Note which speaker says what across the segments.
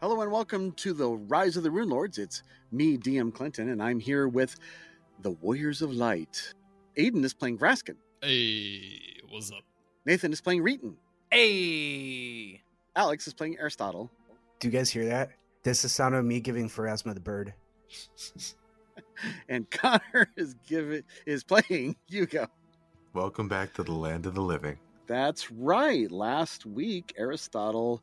Speaker 1: Hello and welcome to the Rise of the Rune Lords. It's me, DM Clinton, and I'm here with the Warriors of Light. Aiden is playing Vraskin.
Speaker 2: Hey, what's up?
Speaker 1: Nathan is playing Reeton.
Speaker 3: Hey!
Speaker 1: Alex is playing Aristotle.
Speaker 4: Do you guys hear that? That's the sound of me giving Pharasma the bird.
Speaker 1: And Connor is giving is playing Yugo.
Speaker 5: Welcome back to the land of the living.
Speaker 1: That's right. Last week, Aristotle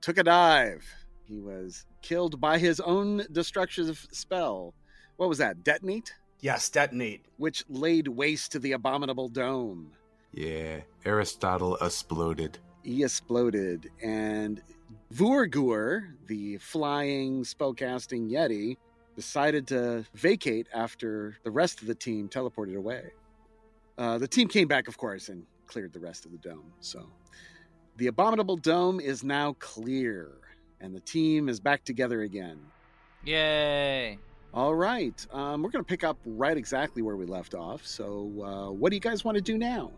Speaker 1: took a dive. He was killed by his own destructive spell. What was that? Detonate?
Speaker 4: Yes, detonate.
Speaker 1: Which laid waste to the abominable dome.
Speaker 5: Yeah, Aristotle exploded.
Speaker 1: he exploded and Vurgur, the flying spellcasting yeti, decided to vacate after the rest of the team teleported away. Uh, the team came back, of course, and cleared the rest of the dome. So the abominable dome is now clear, and the team is back together again.
Speaker 3: Yay!
Speaker 1: All right, um, we're going to pick up right exactly where we left off. So, uh, what do you guys want to do now?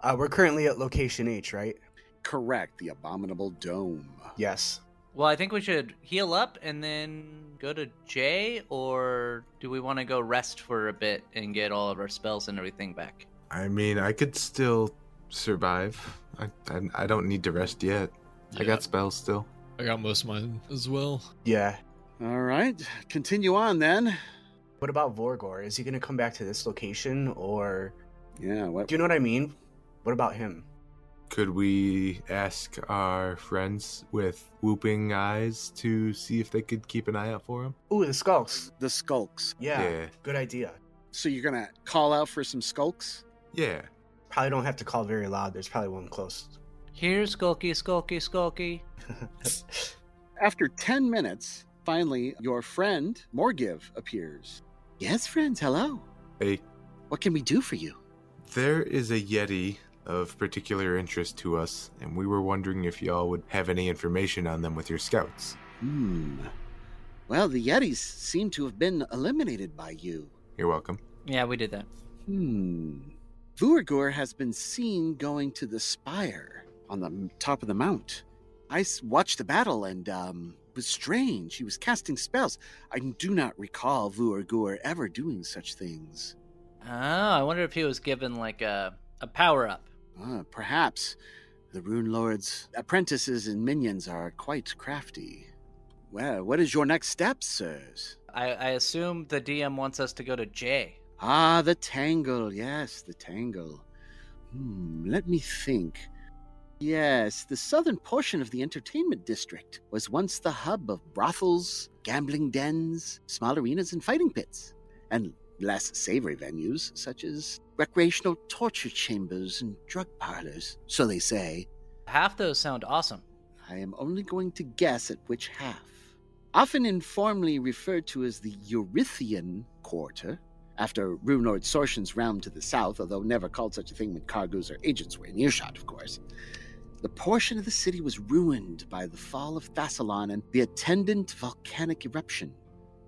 Speaker 4: Uh, we're currently at location H, right?
Speaker 1: Correct, the abominable dome.
Speaker 4: Yes.
Speaker 3: Well, I think we should heal up and then go to J, or do we want to go rest for a bit and get all of our spells and everything back?
Speaker 5: I mean, I could still survive. I, I, I don't need to rest yet. I
Speaker 2: Yeah,
Speaker 5: got spells still.
Speaker 2: I got most of mine as well.
Speaker 4: Yeah.
Speaker 1: All right, continue on then.
Speaker 4: What about Vorgor? Is he going to come back to this location or.
Speaker 1: Yeah, what?
Speaker 4: Do you know what I mean? What about him?
Speaker 5: Could we ask our friends with whooping eyes to see if they could keep an eye out for him?
Speaker 4: Ooh, the skulks.
Speaker 1: the skulks.
Speaker 4: Yeah.
Speaker 5: Yeah.
Speaker 4: Good idea.
Speaker 1: So you're gonna call out for some skulks.
Speaker 5: Yeah.
Speaker 4: Probably don't have to call very loud. There's probably one close.
Speaker 3: Here, Skulky, Skulky, Skulky.
Speaker 1: After ten minutes, finally, your friend Morgiv appears. Yes, friends. Hello.
Speaker 5: Hey,
Speaker 1: What can we do for you?
Speaker 5: there is a Yeti of particular interest to us, and we were wondering if y'all would have any information on them with your scouts.
Speaker 1: Hmm. Well, the Yetis seem to have been eliminated by you.
Speaker 5: You're welcome.
Speaker 3: Yeah, we did that.
Speaker 1: Hmm. Vurgur has been seen going to the spire on the m- top of the mount. I s- watched the battle and um, it was strange. He was casting spells. I do not recall Vurgur ever doing such things.
Speaker 3: Oh, I wonder if he was given like a, a power up.
Speaker 1: Ah, perhaps the Rune Lord's apprentices and minions are quite crafty. Well, what is your next step, sirs?
Speaker 3: I, I assume the DM wants us to go to J.
Speaker 1: Ah, the tangle. Yes, the tangle. Hmm, let me think. Yes, the southern portion of the entertainment district was once the hub of brothels, gambling dens, small arenas, and fighting pits, and less savory venues such as recreational torture chambers and drug parlors, so they say.
Speaker 3: Half those sound awesome.
Speaker 1: I am only going to guess at which half. Often informally referred to as the Eurythian Quarter, after Runord Sorsion's realm to the south, although never called such a thing when cargoes or agents were in earshot, of course. The portion of the city was ruined by the fall of Thassalon and the attendant volcanic eruption.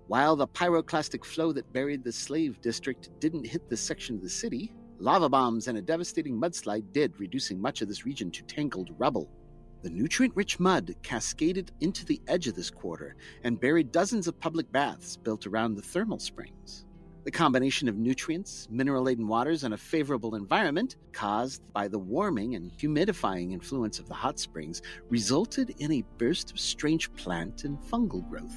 Speaker 1: While the pyroclastic flow that buried the slave district didn't hit this section of the city, lava bombs and a devastating mudslide did, reducing much of this region to tangled rubble. The nutrient rich mud cascaded into the edge of this quarter and buried dozens of public baths built around the thermal springs. The combination of nutrients, mineral laden waters, and a favorable environment caused by the warming and humidifying influence of the hot springs resulted in a burst of strange plant and fungal growth.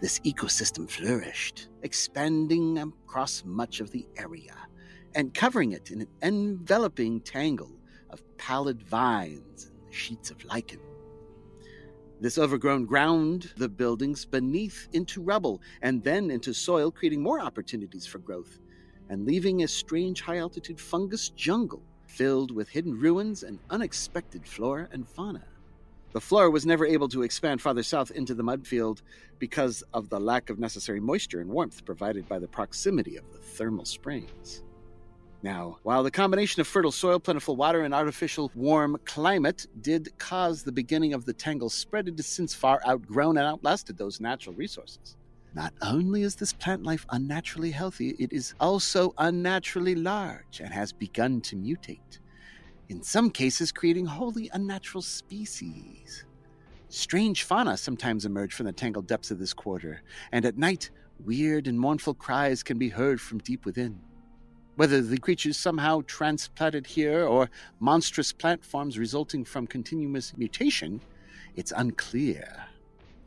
Speaker 1: This ecosystem flourished, expanding across much of the area and covering it in an enveloping tangle of pallid vines and sheets of lichen. This overgrown ground the buildings beneath into rubble and then into soil, creating more opportunities for growth and leaving a strange high altitude fungus jungle filled with hidden ruins and unexpected flora and fauna. The flora was never able to expand farther south into the mudfield because of the lack of necessary moisture and warmth provided by the proximity of the thermal springs. Now, while the combination of fertile soil, plentiful water, and artificial warm climate did cause the beginning of the tangle spread, it has since far outgrown and outlasted those natural resources. Not only is this plant life unnaturally healthy, it is also unnaturally large and has begun to mutate, in some cases, creating wholly unnatural species. Strange fauna sometimes emerge from the tangled depths of this quarter, and at night, weird and mournful cries can be heard from deep within. Whether the creatures somehow transplanted here or monstrous plant forms resulting from continuous mutation, it's unclear.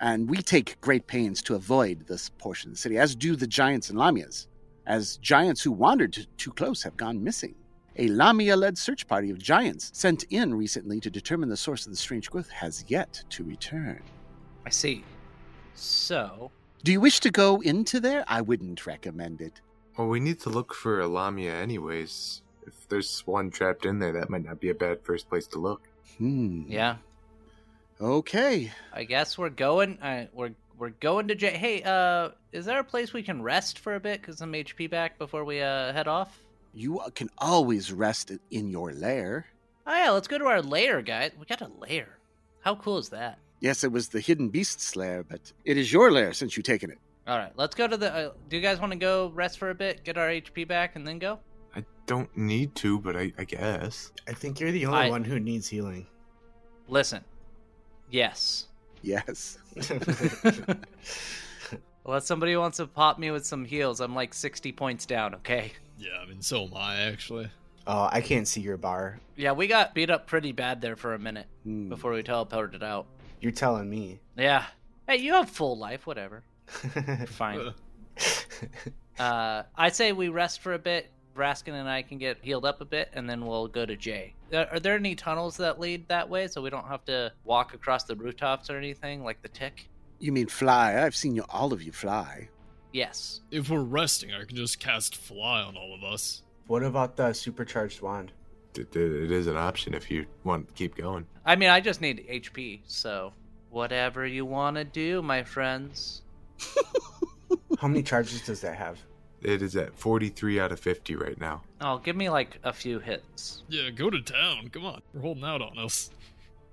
Speaker 1: And we take great pains to avoid this portion of the city, as do the giants and lamias, as giants who wandered too close have gone missing. A lamia led search party of giants sent in recently to determine the source of the strange growth has yet to return.
Speaker 3: I see. So,
Speaker 1: Do you wish to go into there? I wouldn't recommend it.
Speaker 5: Well, we need to look for Alamia anyways. If there's one trapped in there, that might not be a bad first place to look.
Speaker 1: Hmm.
Speaker 3: yeah,
Speaker 1: Okay.
Speaker 3: I guess we're going. Uh, we're we're going to J. Hey, uh, is there a place we can rest for a bit? Cause I'm HP back before we uh head off.
Speaker 1: You can always rest in your lair.
Speaker 3: Oh yeah, let's go to our lair, guys. We got a lair. How cool is that?
Speaker 1: Yes, it was the hidden beast's lair, but it is your lair since you've taken it.
Speaker 3: All right, let's go to the. Uh, do you guys want to go rest for a bit, get our HP back, and then go?
Speaker 5: I don't need to, but I, I guess.
Speaker 4: I think you're the only
Speaker 3: I-
Speaker 4: one who needs healing.
Speaker 3: Listen, yes.
Speaker 1: Yes.
Speaker 3: Unless somebody wants to pop me with some heals, I'm like 60 points down. Okay.
Speaker 2: Yeah, I mean, so am I, actually.
Speaker 4: oh, I can't see your bar.
Speaker 3: Yeah, we got beat up pretty bad there for a minute
Speaker 1: Hmm.
Speaker 3: before we teleported out.
Speaker 4: You're telling me.
Speaker 3: Yeah. Hey, you have full life, whatever. Fine.
Speaker 2: Uh,
Speaker 3: Uh, I say we rest for a bit. Raskin and I can get healed up a bit, and then we'll go to Jay. Uh, Are are there any tunnels that lead that way, so we don't have to walk across the rooftops or anything like the tick?
Speaker 1: You mean fly? I've seen you, all of you fly.
Speaker 3: Yes.
Speaker 2: if we're resting, I can just cast fly on all of us.
Speaker 4: what about the supercharged wand?
Speaker 5: It, it- it is an option if you want to keep going.
Speaker 3: I mean, I just need HP, so whatever you want to do, my friends.
Speaker 4: How many charges does that have?
Speaker 5: It is at 43 out of 50 right now.
Speaker 3: Oh, give me like a few hits.
Speaker 2: Yeah, go to town. Come on. They're holding out on us.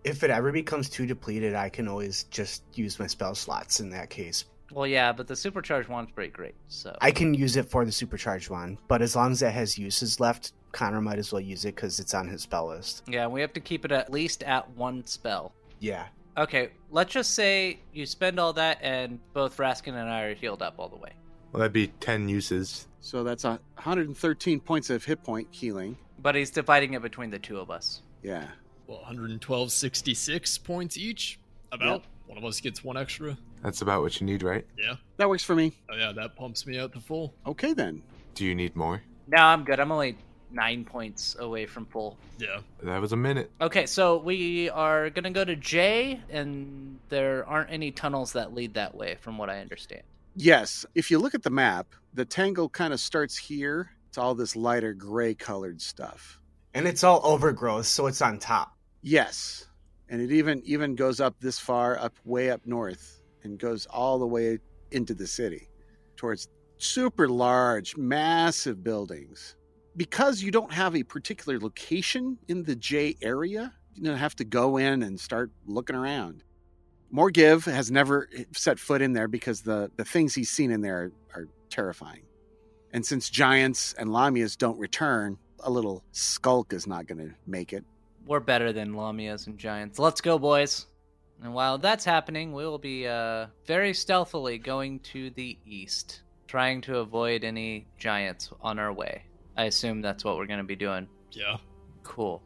Speaker 4: If it ever becomes too depleted, I can always just use my spell slots in that case.
Speaker 3: Well, yeah, but the supercharged wand's pretty great, so.
Speaker 4: I can use it for the supercharged wand, but as long as it has uses left, Connor might as well use it because it's on his spell list.
Speaker 3: Yeah, we have to keep it at least at one spell.
Speaker 4: Yeah.
Speaker 3: Okay, let's just say you spend all that, and both Raskin and I are healed up all the way.
Speaker 5: Well, that'd be 10 uses.
Speaker 1: So that's a 113 points of hit point healing.
Speaker 3: But he's dividing it between the two of us.
Speaker 1: Yeah.
Speaker 2: Well, 11266 points each. About. One of us gets one extra.
Speaker 5: That's about what you need, right?
Speaker 2: Yeah.
Speaker 1: That works for me.
Speaker 2: Oh, yeah, that pumps me out to full.
Speaker 1: Okay, then.
Speaker 5: Do you need more?
Speaker 3: No, I'm good. I'm only nine points away from full.
Speaker 2: Yeah.
Speaker 5: That was a minute.
Speaker 3: Okay, so we are gonna go to J, and there aren't any tunnels that lead that way, from what I understand.
Speaker 1: Yes. If you look at the map, the tangle kind of starts here. It's all this lighter gray colored stuff.
Speaker 4: And it's all overgrowth, so it's on top.
Speaker 1: Yes. And it even even goes up this far, up way up north, and goes all the way into the city towards super large, massive buildings. Because you don't have a particular location in the J area, you don't have to go in and start looking around. Morgiv has never eh, set foot in there because the, the things he's seen in there are, are terrifying. And since giants and lamias don't return, a little skulk is not going to make it.
Speaker 3: We're better than Lamias and Giants. Let's go, boys! And while that's happening, we will be uh, very stealthily going to the east, trying to avoid any giants on our way. I assume that's what we're gonna be doing.
Speaker 2: Yeah.
Speaker 3: Cool.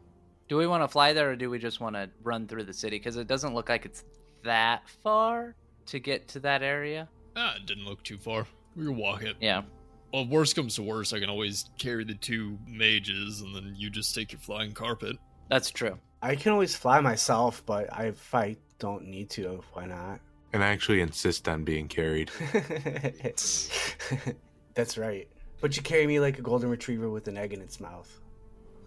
Speaker 3: Do we want to fly there or do we just want to run through the city? Because it doesn't look like it's that far to get to that area.
Speaker 2: Ah, it didn't look too far. We can walk it.
Speaker 3: Yeah.
Speaker 2: Well, worst comes to worst, I can always carry the two mages, and then you just take your flying carpet.
Speaker 3: That's true.
Speaker 4: I can always fly myself, but I, if I don't need to, why not?
Speaker 5: And I actually insist on being carried.
Speaker 4: That's right. But you carry me like a golden retriever with an egg in its mouth.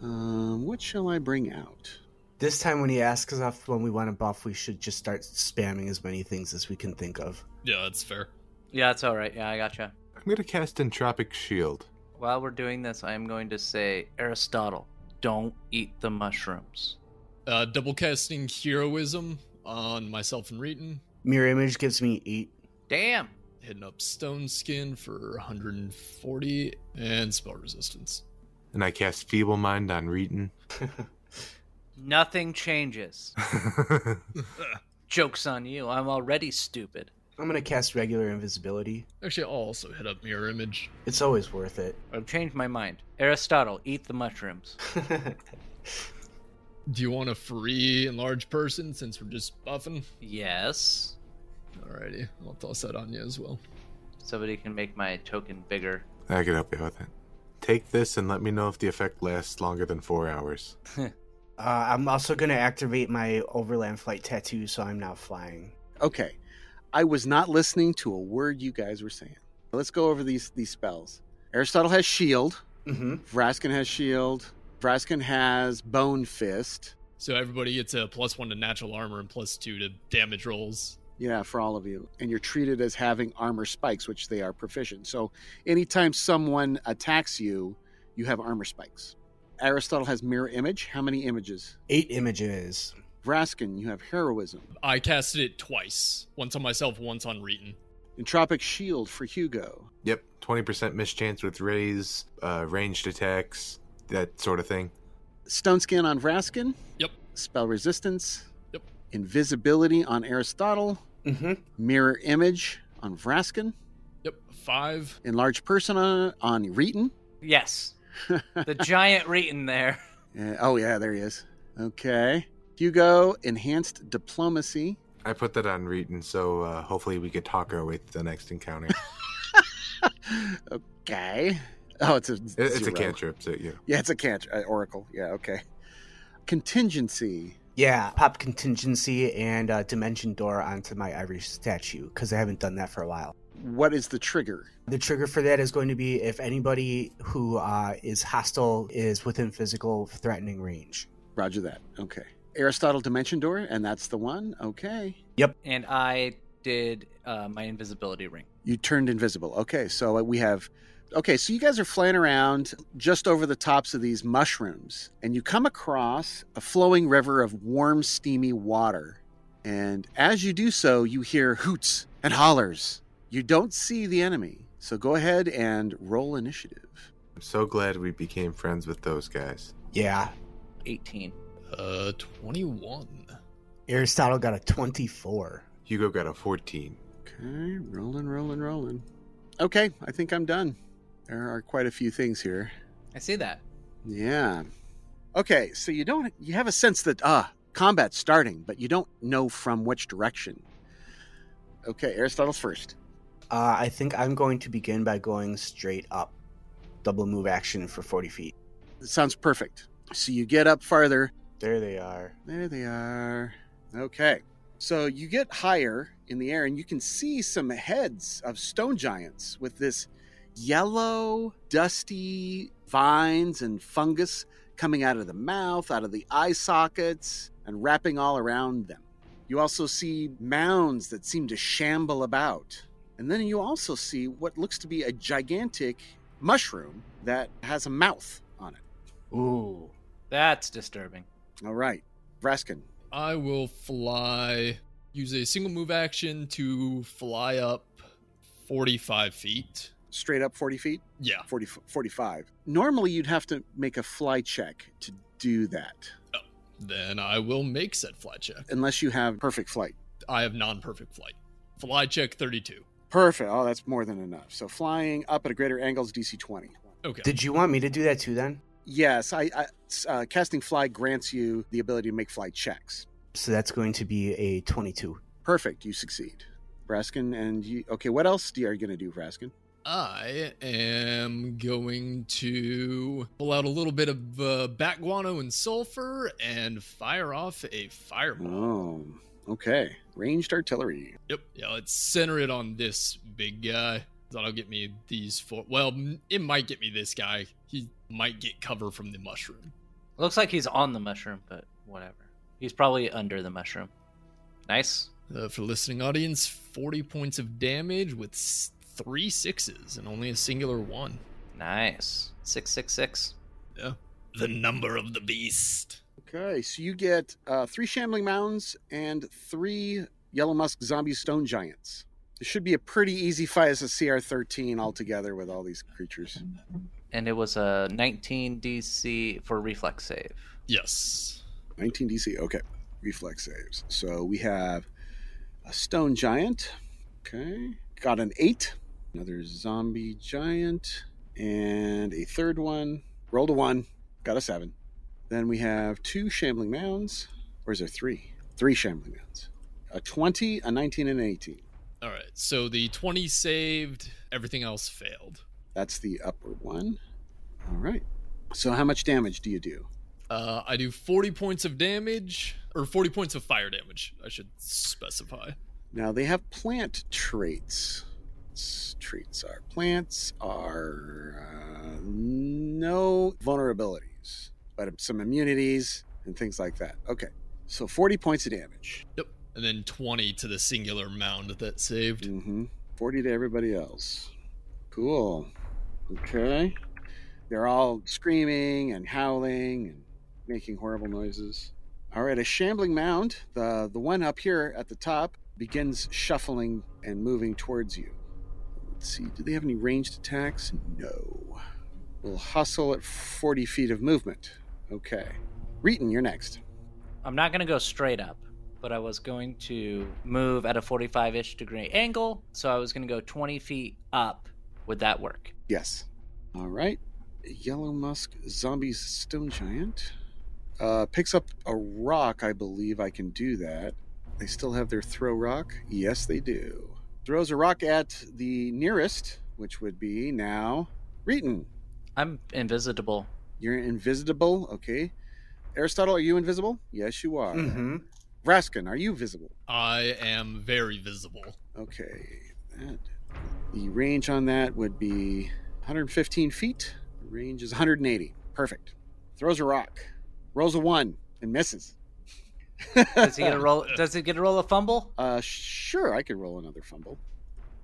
Speaker 1: Um, what shall I bring out?
Speaker 4: This time, when he asks us if when we want a buff, we should just start spamming as many things as we can think of.
Speaker 2: Yeah, that's fair.
Speaker 3: Yeah, that's all right. Yeah, I gotcha.
Speaker 5: I'm going to cast Entropic Shield.
Speaker 3: while we're doing this, I am going to say, Aristotle, don't eat the mushrooms.
Speaker 2: Uh, double casting heroism on myself and Reeton.
Speaker 4: Mirror image gives me eight.
Speaker 3: Damn.
Speaker 2: Hitting up stone skin for 140 and spell resistance.
Speaker 5: And I cast Feeble Mind on Reeton.
Speaker 3: Nothing changes. Joke's on you. I'm already stupid.
Speaker 4: I'm gonna cast regular invisibility.
Speaker 2: Actually, I'll also hit up mirror image.
Speaker 4: It's always worth it.
Speaker 3: I've changed my mind. Aristotle, eat the mushrooms.
Speaker 2: Do you want a free enlarged person since we're just buffing?
Speaker 3: Yes.
Speaker 2: Alrighty, I'll toss that on you as well.
Speaker 3: Somebody can make my token bigger.
Speaker 5: I can help you with it. Take this and let me know if the effect lasts longer than four hours.
Speaker 4: uh, I'm also gonna activate my overland flight tattoo, so I'm now flying.
Speaker 1: Okay. I was not listening to a word you guys were saying. Let's go over these these spells. Aristotle has shield.
Speaker 4: Mm-hmm.
Speaker 1: Vraskin has shield. Vraskin has bone fist.
Speaker 2: So everybody gets a plus one to natural armor and plus two to damage rolls.
Speaker 1: Yeah, for all of you. And you're treated as having armor spikes, which they are proficient. So anytime someone attacks you, you have armor spikes. Aristotle has mirror image. How many images?
Speaker 4: Eight images.
Speaker 1: Vraskin, you have heroism.
Speaker 2: I casted it twice. Once on myself, once on Reeton.
Speaker 1: Entropic shield for Hugo.
Speaker 5: Yep, 20% mischance with rays, uh, ranged attacks, that sort of thing.
Speaker 1: Stone skin on Vraskin.
Speaker 2: Yep.
Speaker 1: Spell resistance.
Speaker 2: Yep.
Speaker 1: Invisibility on Aristotle.
Speaker 4: Mm-hmm.
Speaker 1: Mirror image on Vraskin.
Speaker 2: Yep, five.
Speaker 1: Enlarge person on, on Reeton.
Speaker 3: Yes. The giant Reeton there.
Speaker 1: Uh, oh yeah, there he is. Okay. Hugo, enhanced diplomacy.
Speaker 5: I put that on Reeton, so uh, hopefully we could talk our way to the next encounter.
Speaker 1: okay. Oh, it's a
Speaker 5: It- it's a
Speaker 1: zero.
Speaker 5: cantrip, so yeah.
Speaker 1: Yeah, it's a cantrip. Uh, Oracle. Yeah, okay. Contingency.
Speaker 4: Yeah, pop contingency and uh, dimension door onto my ivory statue because I haven't done that for a while.
Speaker 1: What is the trigger?
Speaker 4: The trigger for that is going to be if anybody who uh, is hostile is within physical threatening range.
Speaker 1: Roger that. Okay. Aristotle Dimension Door, and that's the one. Okay.
Speaker 3: And I did uh, my invisibility ring.
Speaker 1: You turned invisible. Okay, so uh, we have. Okay, so you guys are flying around just over the tops of these mushrooms, and you come across a flowing river of warm, steamy water. And as you do so, you hear hoots and hollers. You don't see the enemy, so go ahead and roll initiative.
Speaker 5: I'm so glad we became friends with those guys.
Speaker 4: Yeah,
Speaker 3: 18.
Speaker 2: Uh, 21.
Speaker 4: Aristotle got a 24.
Speaker 5: Hugo got a 14.
Speaker 1: Okay, rolling, rolling, rolling. Okay, I think I'm done. There are quite a few things here.
Speaker 3: I see that.
Speaker 1: Yeah. Okay, so you don't you have a sense that ah, combat's starting, but you don't know from which direction. Okay, Aristotle's first.
Speaker 4: Uh, I think I'm going to begin by going straight up. Double move action for 40 feet.
Speaker 1: sounds perfect. So you get up farther.
Speaker 4: There they are.
Speaker 1: There they are. Okay. So you get higher in the air and you can see some heads of stone giants with this yellow, dusty vines and fungus coming out of the mouth, out of the eye sockets, and wrapping all around them. You also see mounds that seem to shamble about. And then you also see what looks to be a gigantic mushroom that has a mouth on it.
Speaker 4: Ooh.
Speaker 3: That's disturbing.
Speaker 1: All right, Raskin.
Speaker 2: I will fly, use a single move action to fly up 45 feet.
Speaker 1: straight up 40 feet
Speaker 2: Yeah.
Speaker 1: 40 f- 45 normally you'd have to make a fly check to do that
Speaker 2: Then I will make said fly check.
Speaker 1: unless you have perfect flight
Speaker 2: I have non perfect flight. Fly check 32.
Speaker 1: perfect oh that's more than enough so flying up at a greater angle is dc 20
Speaker 2: Okay.
Speaker 4: Did you want me to do that too then?
Speaker 1: yes i, I uh, casting fly grants you the ability to make fly checks
Speaker 4: So that's going to be a 22.
Speaker 1: perfect you succeed raskin and you okay what else do you, are you going to do raskin
Speaker 2: I am going to pull out a little bit of uh, bat guano and sulfur and fire off a fireball.
Speaker 1: oh okay ranged artillery
Speaker 2: Yep. Yeah, let's center it on this big guy. That'll get me these four. Well, m- it might get me this guy. He might get cover from the mushroom.
Speaker 3: Looks like he's on the mushroom, but whatever. He's probably under the mushroom. Nice.
Speaker 2: Uh, for the listening audience, 40 points of damage with s- three sixes and only a singular one.
Speaker 3: Nice. 666.
Speaker 2: The number of the beast.
Speaker 1: Okay, so you get uh, three shambling mounds and three yellow musk zombie stone giants. It should be a pretty easy fight as a CR 13 altogether with all these creatures.
Speaker 3: And it was a 19 DC for reflex save.
Speaker 2: Yes.
Speaker 1: 19 DC. Okay. Reflex saves. So we have a stone giant. Okay. Got an eight. Another zombie giant. And a third one. Rolled a one. Got a seven. Then we have two shambling mounds. Or is there three? Three shambling mounds. A 20, a 19, and an 18.
Speaker 2: All right. So the 20 saved, everything else failed.
Speaker 1: That's the upper one. All right. So how much damage do you do?
Speaker 2: Uh, I do 40 points of damage, or 40 points of fire damage, I should specify.
Speaker 1: Now they have plant traits. S- Traits are plants are uh, no vulnerabilities, but some immunities and things like that. Okay, so forty points of damage.
Speaker 2: And then 20 to the singular mound that saved.
Speaker 1: hmm Forty to everybody else. Cool. Okay, they're all screaming and howling and making horrible noises. All right, a shambling mound, the the one up here at the top, begins shuffling and moving towards you. Let's see, do they have any ranged attacks? No. We'll hustle at 40 feet of movement. Okay. Reeton, you're next.
Speaker 3: I'm not going to go straight up, but I was going to move at a 45 ish degree angle. So I was going to go 20 feet up. Would that work?
Speaker 1: Yes. All right. Yellow Musk Zombie Stone Giant uh, picks up a rock. I believe I can do that. They still have their throw rock. Yes, they do. Throws a rock at the nearest, which would be now Reeton.
Speaker 3: I'm invisible.
Speaker 1: You're invisible. Okay. Aristotle, are you invisible? Yes, you are.
Speaker 4: Mm-hmm.
Speaker 1: Raskin, are you visible?
Speaker 2: I am very visible.
Speaker 1: Okay. That, the range on that would be 115 feet. The range is 180. Perfect. Throws a rock. Rolls a one and misses.
Speaker 3: Does he get a roll? Does he get a roll of fumble?
Speaker 1: Uh, sure, I could roll another fumble.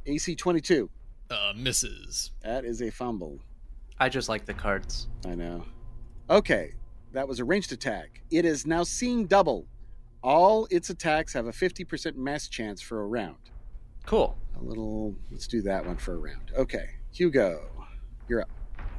Speaker 1: AC 22.
Speaker 2: Uh, misses.
Speaker 1: That is a fumble.
Speaker 3: I just like the cards.
Speaker 1: I know. Okay, that was a ranged attack. It is now seeing double. All its attacks have a 50% mess chance for a round.
Speaker 3: Cool.
Speaker 1: A little. Let's do that one for a round. Okay, Hugo.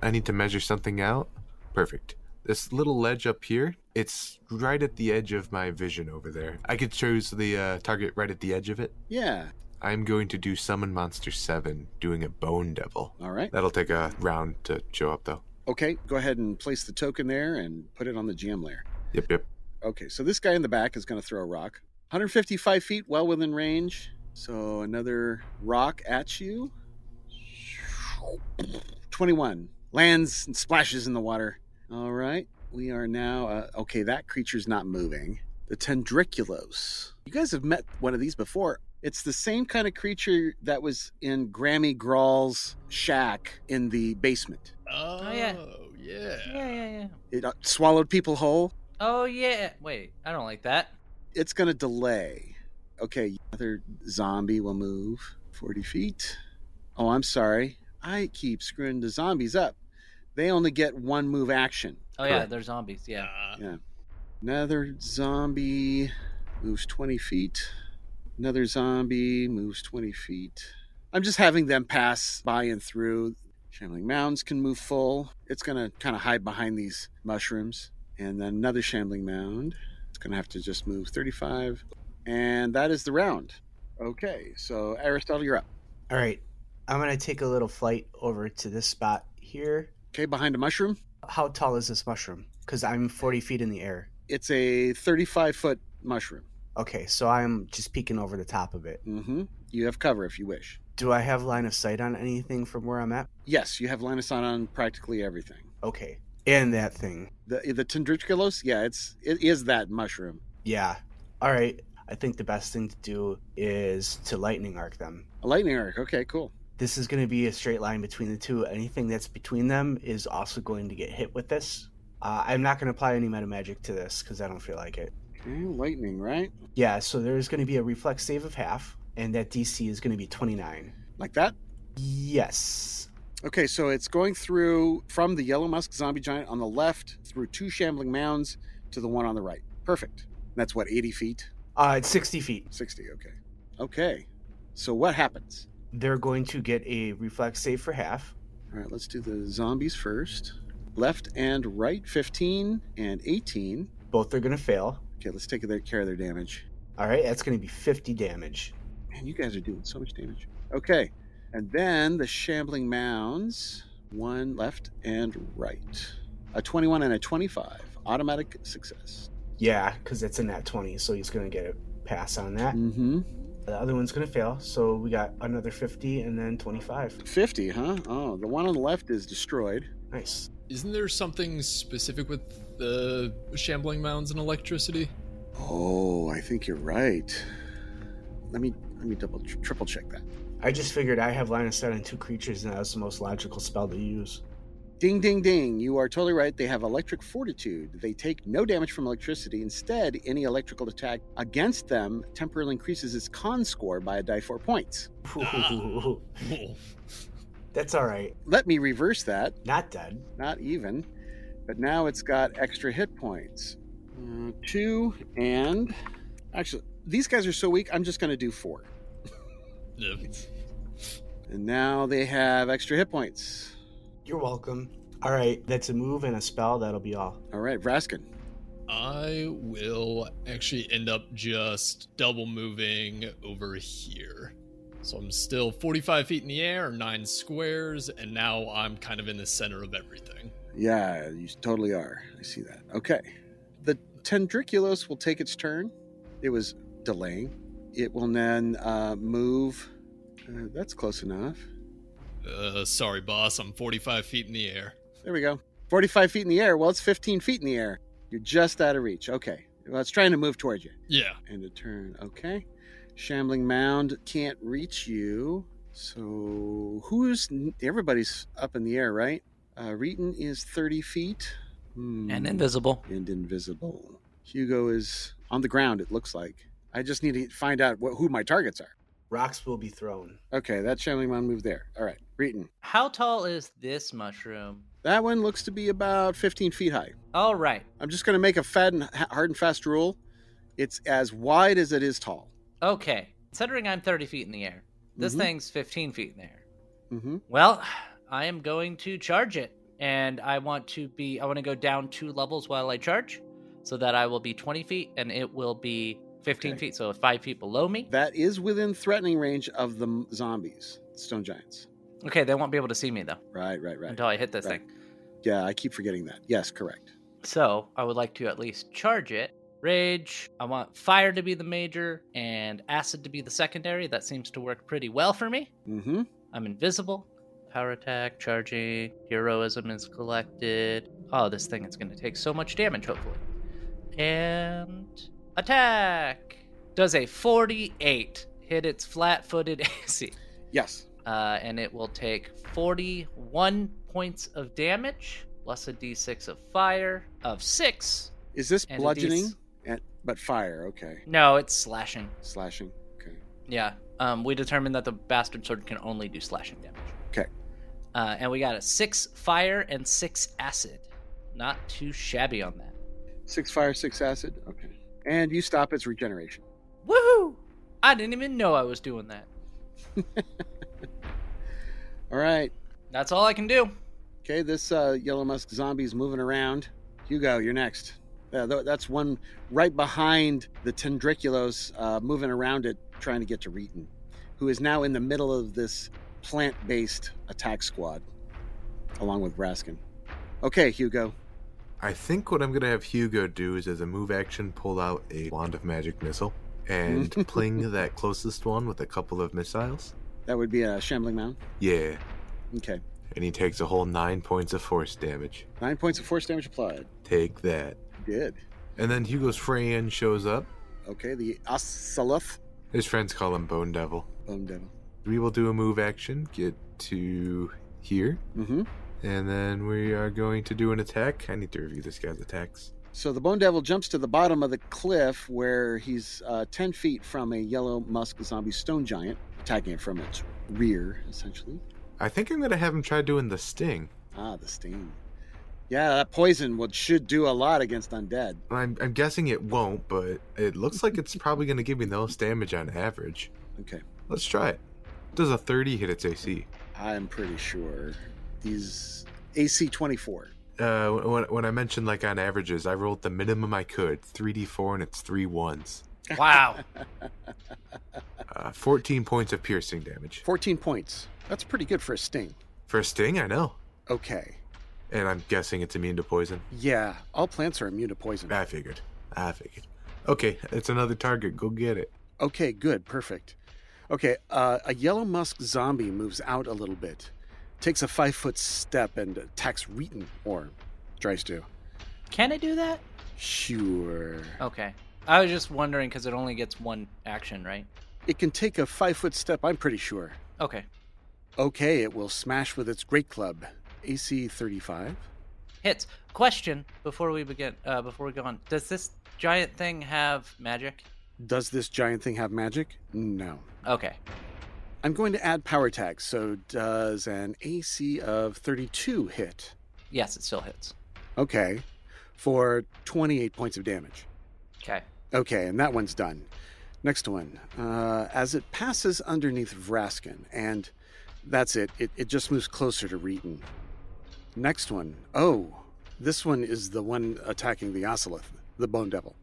Speaker 5: I need to measure something out. Perfect. This little ledge up here, it's right at the edge of my vision over there. I could choose the uh, target right at the edge of it.
Speaker 1: Yeah.
Speaker 5: I'm going to do Summon Monster 7, doing a Bone Devil.
Speaker 1: All right.
Speaker 5: That'll take a round to show up, though.
Speaker 1: Okay, go ahead and place the token there and put it on the GM layer.
Speaker 5: Yep, yep.
Speaker 1: Okay, so this guy in the back is going to throw a rock. 155 feet, well within range. So another rock at you. 21. Lands and splashes in the water. All right, we are now. Uh, okay, that creature's not moving. The Tendriculos. You guys have met one of these before. It's the same kind of creature that was in Grammy Grawl's shack in the basement.
Speaker 2: Oh,
Speaker 3: yeah.
Speaker 2: yeah.
Speaker 3: Yeah, yeah, yeah.
Speaker 1: It uh, swallowed people whole.
Speaker 3: Oh yeah. Wait, I don't like that.
Speaker 1: it's going to delay. Okay, another zombie will move 40 feet. Oh, I'm sorry. I keep screwing the zombies up. They only get one move action.
Speaker 3: Oh yeah,
Speaker 5: Correct.
Speaker 3: they're zombies. Yeah.
Speaker 2: Uh,
Speaker 1: Another zombie moves 20 feet. Another zombie moves 20 feet. I'm just having them pass by and through. Shambling Mounds can move full. It's going to kind of hide behind these mushrooms. And then another Shambling Mound. It's going to have to just move 35. And that is the round. Okay, so Aristotle, you're up.
Speaker 4: All right. I'm going to take a little flight over to this spot here.
Speaker 1: Okay, behind a mushroom.
Speaker 4: How tall is this mushroom? Because I'm 40 feet in the air.
Speaker 1: It's a 35 foot mushroom.
Speaker 4: Okay, so I'm just peeking over the top of it.
Speaker 1: hmm You have cover if you wish.
Speaker 4: Do I have line of sight on anything from where I'm at?
Speaker 1: Yes, you have line of sight on practically everything.
Speaker 4: Okay. And that thing.
Speaker 1: The the Tendriculos, yeah, it's it is that mushroom.
Speaker 4: Yeah. All right. I think the best thing to do is to lightning arc them.
Speaker 1: A lightning arc. Okay, cool.
Speaker 4: This is going to be a straight line between the two. Anything that's between them is also going to get hit with this. Uh, I'm not going to apply any meta magic to this because I don't feel like it.
Speaker 1: Okay, lightning, right?
Speaker 4: Yeah, so there's going to be a reflex save of half, and that DC is going to be 29.
Speaker 1: Like that.
Speaker 4: Yes.
Speaker 1: Okay, so it's going through from the yellow musk zombie giant on the left through two shambling mounds to the one on the right. Perfect. That's what, 80 feet?
Speaker 4: Uh, it's 60 feet.
Speaker 1: 60, okay. Okay. So what happens?
Speaker 4: They're going to get a reflex save for half.
Speaker 1: All right, let's do the zombies first. Left and right, 15 and 18.
Speaker 4: Both are going to fail.
Speaker 1: Okay, let's take their, care of their damage.
Speaker 4: All right, that's going to be 50 damage.
Speaker 1: Man, you guys are doing so much damage. Okay, and then the shambling mounds, one left and right. A 21 and a 25, automatic success.
Speaker 4: Yeah, because it's a nat 20, so he's going to get a pass on that.
Speaker 1: Mm-hmm.
Speaker 4: The other one's going to fail, so we got another 50 and then 25.
Speaker 1: 50, huh? Oh, the one on the left is destroyed.
Speaker 4: Nice.
Speaker 2: Isn't there something specific with the shambling mounds and electricity?
Speaker 1: Oh, I think you're right. Let me let me double triple check that.
Speaker 4: I just figured I have line of sight on two creatures, and that was the most logical spell to use.
Speaker 1: Ding, ding, ding. You are totally right. They have electric fortitude. They take no damage from electricity. Instead, any electrical attack against them temporarily increases its con score by a die four points.
Speaker 4: that's all right.
Speaker 1: Let me reverse that.
Speaker 4: Not dead.
Speaker 1: Not even. But now it's got extra hit points. Uh, two, and actually, these guys are so weak, I'm just going to do four. And now they have extra hit points.
Speaker 4: You're welcome. All right, that's a move and a spell. That'll be all.
Speaker 1: All right, Vraskin.
Speaker 2: I will actually end up just double moving over here. So I'm still 45 feet in the air, nine squares, and now I'm kind of in the center of everything.
Speaker 1: Yeah, you totally are. I see that. Okay. The Tendriculus will take its turn. It was delaying. It will then uh, move. Uh, that's close enough.
Speaker 2: Uh, sorry, boss, I'm 45 feet in the air.
Speaker 1: There we go. 45 feet in the air. Well, it's 15 feet in the air. You're just out of reach. Okay. Well, it's trying to move towards you.
Speaker 2: Yeah.
Speaker 1: And a turn. Okay. Shambling Mound can't reach you. So who's. Everybody's up in the air, right? Uh, Reeton is 30 feet. Hmm.
Speaker 3: And invisible.
Speaker 1: And invisible. Hugo is on the ground, it looks like. I just need to find out what, who my targets are.
Speaker 4: Rocks will be thrown.
Speaker 1: Okay, that shambling mound moved there. All right, Reeton.
Speaker 3: How tall is this mushroom?
Speaker 1: That one looks to be about 15 feet high.
Speaker 3: All right.
Speaker 1: I'm just going to make a fat and ha- hard and fast rule. It's as wide as it is tall.
Speaker 3: Okay. Considering I'm 30 feet in the air, this
Speaker 1: Mhm.
Speaker 3: thing's 15 feet in the air.
Speaker 1: Mm-hmm.
Speaker 3: Well, I am going to charge it, and I want to be. I want to go down two levels while I charge, so that I will be 20 feet, and it will be 15
Speaker 1: Okay.
Speaker 3: feet, so five feet below me.
Speaker 1: That is within threatening range of the m- zombies, stone giants.
Speaker 3: Okay, they won't be able to see me though
Speaker 1: Right, right, right.
Speaker 3: until I hit this
Speaker 1: Right.
Speaker 3: thing.
Speaker 1: Yeah, I keep forgetting that. Yes, correct.
Speaker 3: So I would like to at least charge it. Rage. I want fire to be the major and acid to be the secondary. That seems to work pretty well for me.
Speaker 1: Mm-hmm.
Speaker 3: I'm invisible. Power attack, charging, heroism is collected. Oh, this thing is going to take so much damage, hopefully. And attack! Does a 48 hit its flat footed AC?
Speaker 1: Yes.
Speaker 3: Uh, and it will take 41 points of damage, plus a d6 of fire, of 6.
Speaker 1: Is this
Speaker 3: And a
Speaker 1: bludgeoning?
Speaker 3: D6
Speaker 1: And, but fire, okay.
Speaker 3: No, it's slashing.
Speaker 1: Slashing, okay.
Speaker 3: Yeah. Um, we determined that the bastard sword can only do slashing damage.
Speaker 1: 'Kay.
Speaker 3: Uh, and we got a six fire and six acid. Not too shabby on that.
Speaker 1: Six fire, six acid, okay. And you stop its regeneration.
Speaker 3: Woohoo! I didn't even know I was doing that.
Speaker 1: All right.
Speaker 3: That's all I can do.
Speaker 1: Okay, this uh, yellow musk zombie's moving around. Hugo, you're next. Uh, tho- that's one right behind the Tendriculos, uh, moving around it, trying to get to Reeton, who is now in the middle of this plant based attack squad, along with Raskin. Okay, Hugo.
Speaker 5: I think what I'm gonna have Hugo do is, as a move action, pull out a wand of magic missile and pling that closest one with a couple of missiles.
Speaker 1: That would be a shambling mound.
Speaker 5: Yeah,
Speaker 1: Okay.
Speaker 5: and he takes a whole nine points of force damage.
Speaker 1: Nine points of force damage applied.
Speaker 5: Take that.
Speaker 1: Good.
Speaker 5: And then Hugo's friend shows up.
Speaker 1: Okay, the Asaloth
Speaker 5: His friends call him Bone Devil.
Speaker 1: Bone Devil.
Speaker 5: We will do a move action, get to here,
Speaker 1: Mm-hmm.
Speaker 5: and then we are going to do an attack. I need to review this guy's attacks.
Speaker 1: So the Bone Devil jumps to the bottom of the cliff where he's uh, 10 feet from a yellow musk zombie stone giant, attacking it from its rear, essentially.
Speaker 5: I think I'm gonna have him try doing the sting.
Speaker 1: Ah, the sting. Yeah, that poison would should do a lot against undead.
Speaker 5: I'm, I'm guessing it won't, but it looks like it's probably gonna give me the most damage on average.
Speaker 1: Okay,
Speaker 5: Let's try it. Does a 30 hit its AC?
Speaker 1: I'm pretty sure he's AC 24.
Speaker 5: Uh, when, when I mentioned like on averages, I rolled the minimum I could, 3d4, and it's three ones.
Speaker 3: Wow.
Speaker 5: Uh, 14 points of piercing damage
Speaker 1: 14 points. That's pretty good for a sting.
Speaker 5: for a sting. I know,
Speaker 1: Okay.
Speaker 5: and I'm guessing it's immune to poison.
Speaker 1: Yeah, all plants are immune to poison.
Speaker 5: I figured. I figured. Okay, it's another target. Go get it.
Speaker 1: Okay, good, perfect. Okay, uh, a yellow musk zombie moves out a little bit, takes a five foot step and attacks Reeton, or tries to.
Speaker 3: Can I do that?
Speaker 1: Sure.
Speaker 3: Okay. I was just wondering because it only gets one action, right?
Speaker 1: It can take a five foot step, I'm pretty sure.
Speaker 3: Okay.
Speaker 1: Okay, it will smash with its great club. AC 35.
Speaker 3: Hits. Question before we begin. Uh, before we go on, does this giant thing have magic?
Speaker 1: Does this giant thing have magic? No.
Speaker 3: Okay.
Speaker 1: I'm going to add power tag, so does an AC of 32 hit?
Speaker 3: Yes, it still hits.
Speaker 1: Okay, for 28 points of damage.
Speaker 3: Okay.
Speaker 1: Okay, and that one's done. Next one. Uh, as it passes underneath Vraskin, and that's it. It, it just moves closer to Reeton. Next one. Oh, this one is the one attacking the Ocelith, the Bone Devil.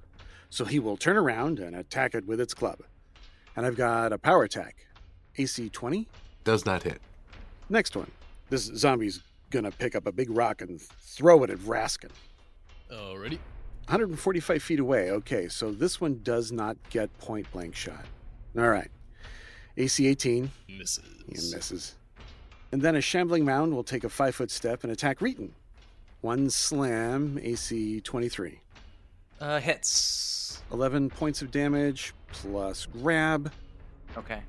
Speaker 1: So he will turn around and attack it with its club. And I've got a power attack. AC 20.
Speaker 5: Does not hit.
Speaker 1: Next one. This zombie's gonna pick up a big rock and throw it at Vraskin.
Speaker 2: Alrighty.
Speaker 1: 145 feet away. Okay, so this one does not get point blank shot. All right. AC 18,
Speaker 2: Misses.
Speaker 1: he misses. And then a shambling mound will take a five foot step and attack Reeton. One slam, AC 23.
Speaker 3: Uh, hits.
Speaker 1: 11 points of damage plus grab.
Speaker 3: Okay.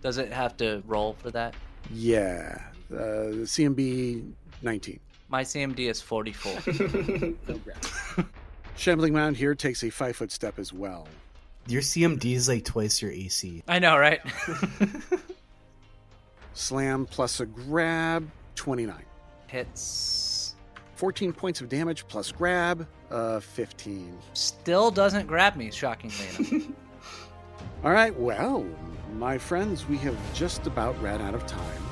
Speaker 3: Does it have to roll for that?
Speaker 1: Yeah. Uh, CMB 19.
Speaker 3: My CMD is 44.
Speaker 1: Shambling mound here takes a five foot step as well.
Speaker 4: Your CMD is like twice your AC.
Speaker 3: I know, right?
Speaker 1: Slam plus a grab, 29.
Speaker 3: Hits.
Speaker 1: 14 points of damage plus grab, uh, 15.
Speaker 3: Still doesn't grab me, shockingly enough.
Speaker 1: All right, well, my friends, we have just about ran out of time.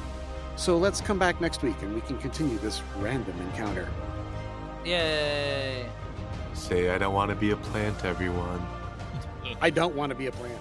Speaker 1: So let's come back next week and we can continue this random encounter.
Speaker 3: Yay.
Speaker 5: Say, I don't want to be a plant, everyone.
Speaker 1: I don't want to be a plant.